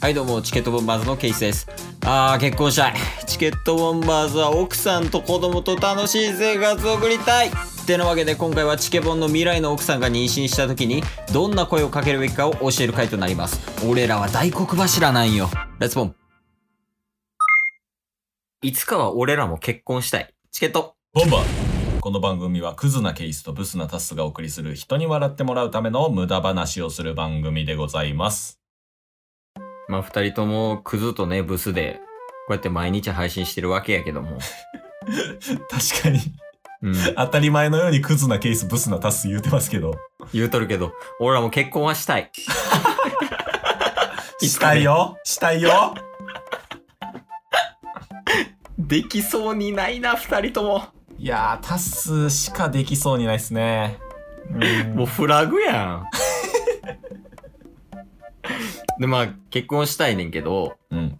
はいどうもチケットボンバーズのケイスですあー結婚したいチケットボンバーズは奥さんと子供と楽しい生活を送りたいってなわけで今回はチケボンの未来の奥さんが妊娠した時にどんな声をかけるべきかを教える回となります俺らは大黒柱なんよレッツボンいつかは俺らも結婚したいチケットボンバーこの番組はクズなケイスとブスなタスがお送りする人に笑ってもらうための無駄話をする番組でございます。まあ二人ともクズとねブスでこうやって毎日配信してるわけやけども、確かに、うん、当たり前のようにクズなケイス、ブスなタス言うてますけど。言うとるけど俺らも結婚はしたいいつしかたねいよしたいよできそうにないな二人ともいやー、タスしかできそうにないっすね。もうフラグやん。 で、まあ、結婚したいねんけど、うん。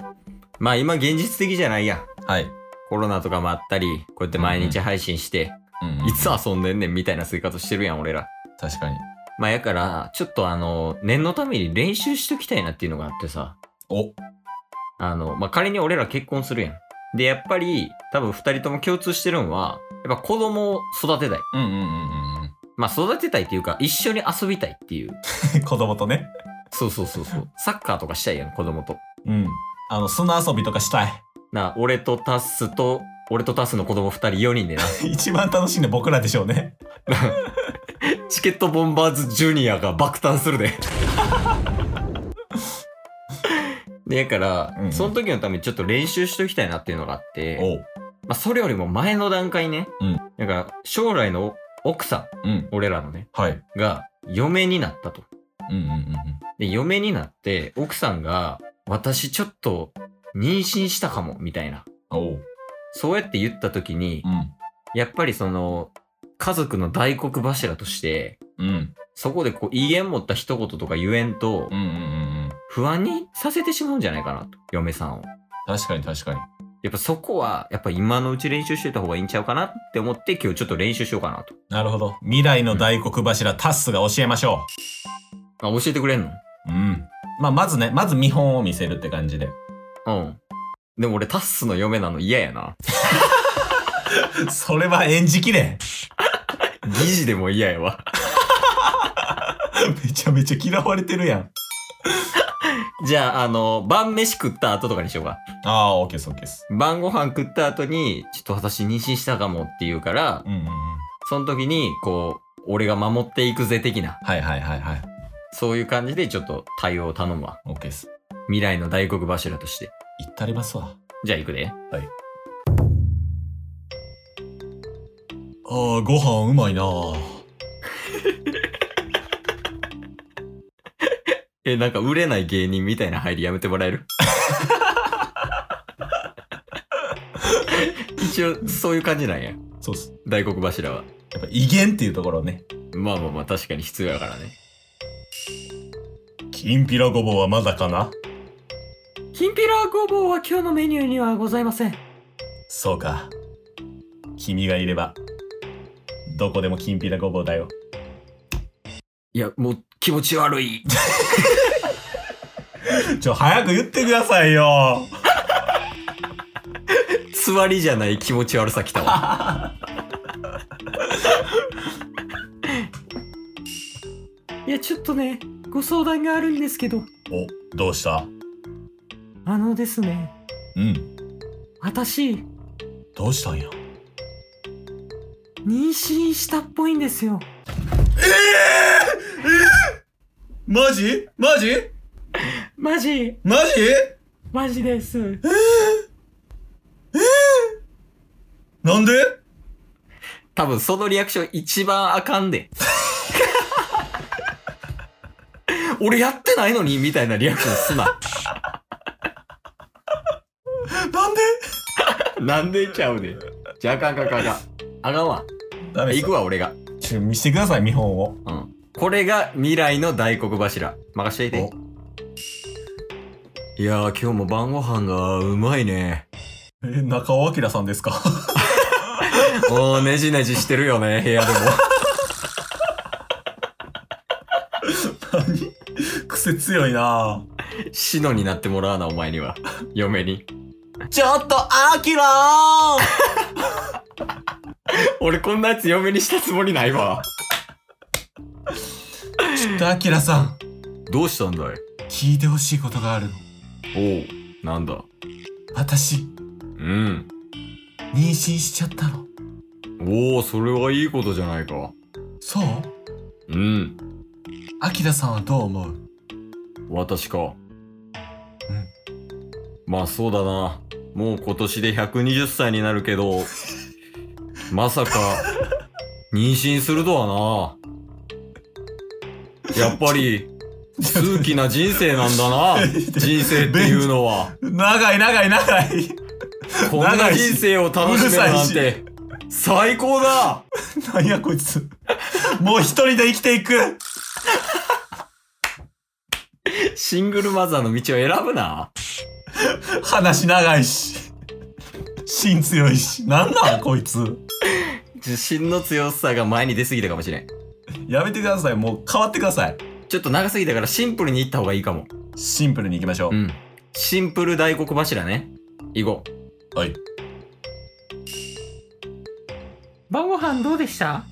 まあ今現実的じゃないやん。はい。コロナとかもあったり、こうやって毎日配信して、うんいつ遊んでんねんみたいな生活してるやん、俺ら。確かに。まあやから、ちょっとあの、念のために練習しときたいなっていうのがあってさ、お、あの、まあ仮に俺ら結婚するやん。で、やっぱり、多分二人とも共通してるんは、やっぱ子供を育てたい。うんうんうんうんまあ育てたいっていうか、一緒に遊びたいっていう。うん。 子供とね。そうそうそうそう。サッカーとかしたいやん、子供と。うん。あの、砂遊びとかしたい。 な、俺とタスと、俺とタスの子供2人4人でな。 一番楽しいの僕らでしょうね。チケットボンバーズジュニアが爆誕するで。で、やから、うんその時のためにちょっと練習しときたいなっていうのがあって、おう。まあ、それよりも前の段階ね。うんだから、将来の奥さうん。ん、俺らのね、はい。が嫁になったと。うんうんうんで、嫁になって、奥さんが、私ちょっと妊娠したかも、みたいな。うん。おう。そうやって言った時に、うん。やっぱりその、家族の大黒柱として、うん。そこでこう威厳持った一言とか言えんとうんう、んうんうん。不安にさせてしまうんじゃないかなと、嫁さんを。確かに確かに。やっぱそこは、やっぱ今のうち練習してた方がいいんちゃうかなって思って、今日ちょっと練習しようかなと。なるほど。未来の大黒柱、タッスが教えましょあ、教えてくれんのう。うん。まあ、まずね、まず見本を見せるって感じで。うん。でも俺タッスの嫁なの嫌やな。それは演じきれん。疑似でも嫌やわ。 めちゃめちゃ嫌われてるやん。じゃあ、あの、晩飯食った後とかにしようか。ああ、オッケーです、オッケーです。晩ご飯食った後に、ちょっと私妊娠したかもって言うからう、んうんうん。その時に、こう、俺が守っていくぜ的な。はいはいはいはい。そういう感じでちょっと対応を頼むわ。オッケーです。未来の大黒柱として。行ったりますわ。じゃあ行くで。ああ、ご飯うまいなあえ、なんか売れない芸人みたいな入りやめてもらえる 一応、そういう感じなんや。そうっす。大黒柱は。やっぱ威厳っていうところね。まあまあまあ、確かに必要やからね。きんぴらごぼうはまだかなきんぴらごぼうは今日のメニューにはございません。そうか。君がいれば、どこでもきんぴらごぼうだよ。いや、もう気持ち悪い。ちょ、早く言ってくださいよ。つわりじゃない気持ち悪さきたわ。 いや、ちょっとね、ご相談があるんですけど。お、どうしたあのですね、うん、私、妊どうしたんや。娠したっぽいんですよ。マジマジマジ、マジマジです。なんで多分そのリアクション一番あかん で。俺やってないのにみたいなリアクションすな。なんでなんでちゃうね。じゃあかんかんかんかん。あかんわ。ダメ行くわ、俺が。ちょ、見せてください、見本を。うん。これが未来の大黒柱。任しといて。いやー、今日も晩ご飯がうまいね。 え、中尾明さんですか おー、ねじねじしてるよね、部屋でも。 何癖強いなぁシノになってもらわな、お前には。嫁に。ちょっと、アキラー俺こんなやつ嫁にしたつもりないわ。ちょっとアキラさんどうしたんだい聞いてほしいことがあるおう、なんだ。私うん。妊娠しちゃったのおお、それはいいことじゃないか。そううん。アキラさんはどう思う私か。うん。まあそうだな。もう今年で120歳になるけ ど、まさか、妊娠するとはな。やっぱり、数奇な人生なんだな。人生っていうのは。長い長い長い こんな人生を楽しめるなん長いて、最高だなんやこいつもう一人で生きていくシングルマザーの道を選ぶな。話長いし芯強いしなんなんこいつ自信の強さが前に出過ぎたかもしれん。やめてくださいもう変わってくださいちょっと長すぎたからシンプルに行った方がいいかも。シンプルにいきましょう、うん。シンプル大黒柱ね。行こう。はい晩ご飯どうで した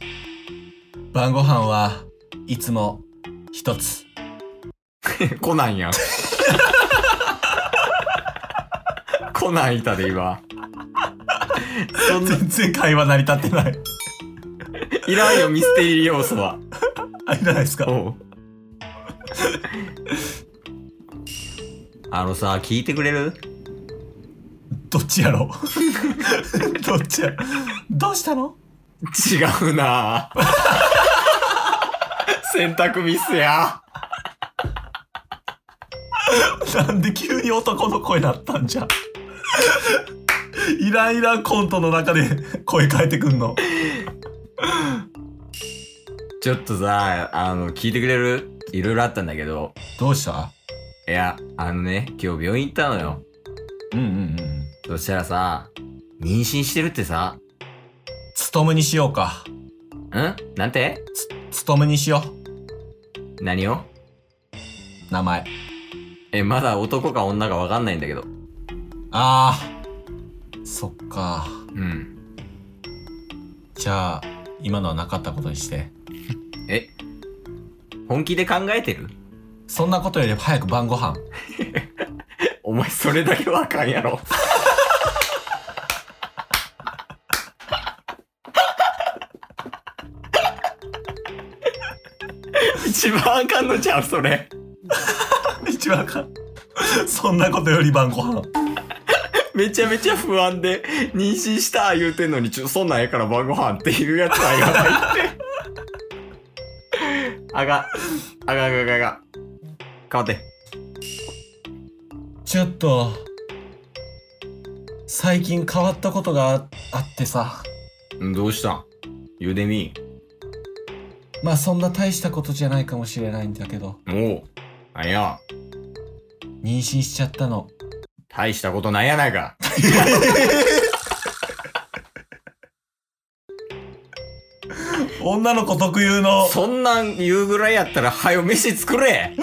晩ご飯はいつも一つコナンやん。 コナンいたで今。そんな、全然会話成り立ってないいらんよミステリー要素は。あいらないですかおう。あのさ、聞いてくれるどっちやろ どっちやどうしたの違うな ぁ選択ミスや。なんで急に男の声になったんじゃイライラコントの中で声変えてくんのちょっとさ、あの、聞いてくれるいろいろあったんだけど、どうしたいや、あのね、今日病院行ったのよ。うんうんうんそしたらさ、妊娠してるってさ、勤めにしようかんなんて勤めにしよ何をう名前え、まだ男か女かわかんないんだけど。あーそっかうん。じゃあ今のはなかったことにしてえ本気で考えてるそんなことより早く晩ご飯お前それだけはあかんやろ。 一番あかんのちゃうそれ。 一番あかんそんなことより晩ご飯めちゃめちゃ不安で、妊娠した言うてんのに、ちょ、そんなんやから晩ご飯っていうやつはやばいって。あが、あがあがあがあが。変わって。ちょっと最近変わったことがああってさどうしたんゆでみ。まあそんな大したことじゃないかもしれないんだけどもう。あや、妊娠しちゃったの大したことないやないか。女の子特有のそんなん言うぐらいやったら、はよ飯作れ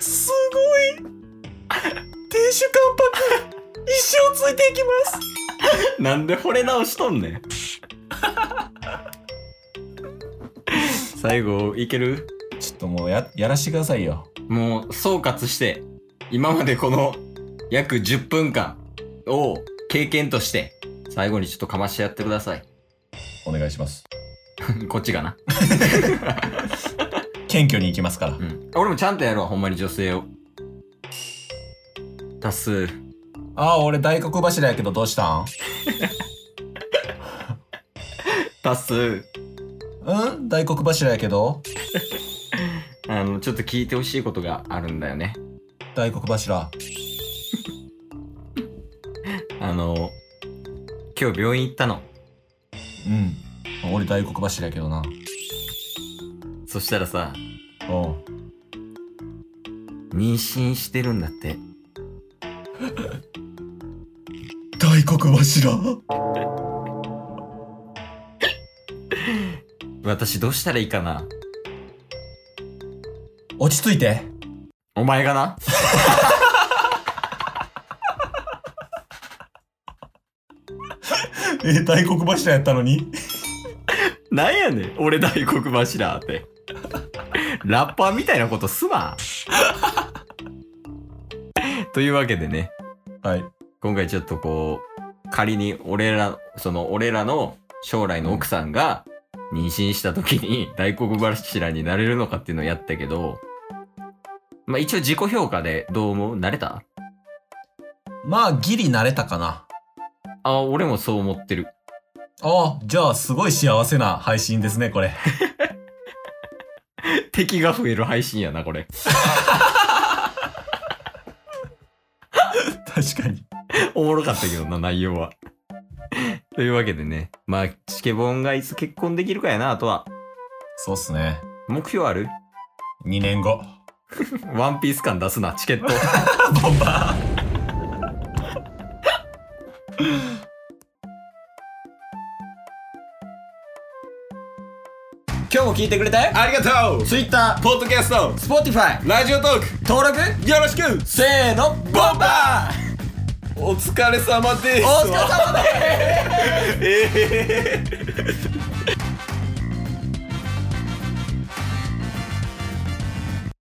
す ごい亭主関 白一生ついていきますなんで惚れ直しとんねん。最後、いけるちょっともうややらしてくださいよもう総括して、今までこの約10分間を経験として、最後にちょっとかましてやってください。 お願いしますこっちがな。謙虚に行きますからうん。俺もちゃんとやるわ、ほんまに女性を。多数。ああ俺大黒柱やけどどうしたん多数。うん大黒柱やけどあの、ちょっと聞いてほしいことがあるんだよね。大黒柱あの、今日病院行ったの。うん俺大黒柱やけどなそしたらさ、おう妊娠してるんだって。大黒柱私どうしたらいいかな落ち着いて。お前がな。え、大黒柱やったのになんやねん。俺大黒柱って。ラッパーみたいなことすな。というわけでね、はい。今回ちょっとこう、仮に俺ら、その俺らの将来の奥さんが妊娠した時に大黒柱になれるのかっていうのをやったけど、まあ一応自己評価でどう思う慣れたまあ、ギリ慣れたかな。あ、俺もそう思ってる。ああ、じゃあ、すごい幸せな配信ですね、これ。敵が増える配信やな、これ。確かに。おもろかったけどな、内容は。 というわけでね、まあ、チケボンがいつ結婚できるかやな、あとは。そうっすね。目標ある2年後。ワンピース感出すな、チケット。ボンバー。 今日も聞いてくれたよありがとう Twitter、ポッドキャスト Spotify、ラジオトーク登録、よろしくせーの、ボンバーお疲れ様ですお疲れ様ですえー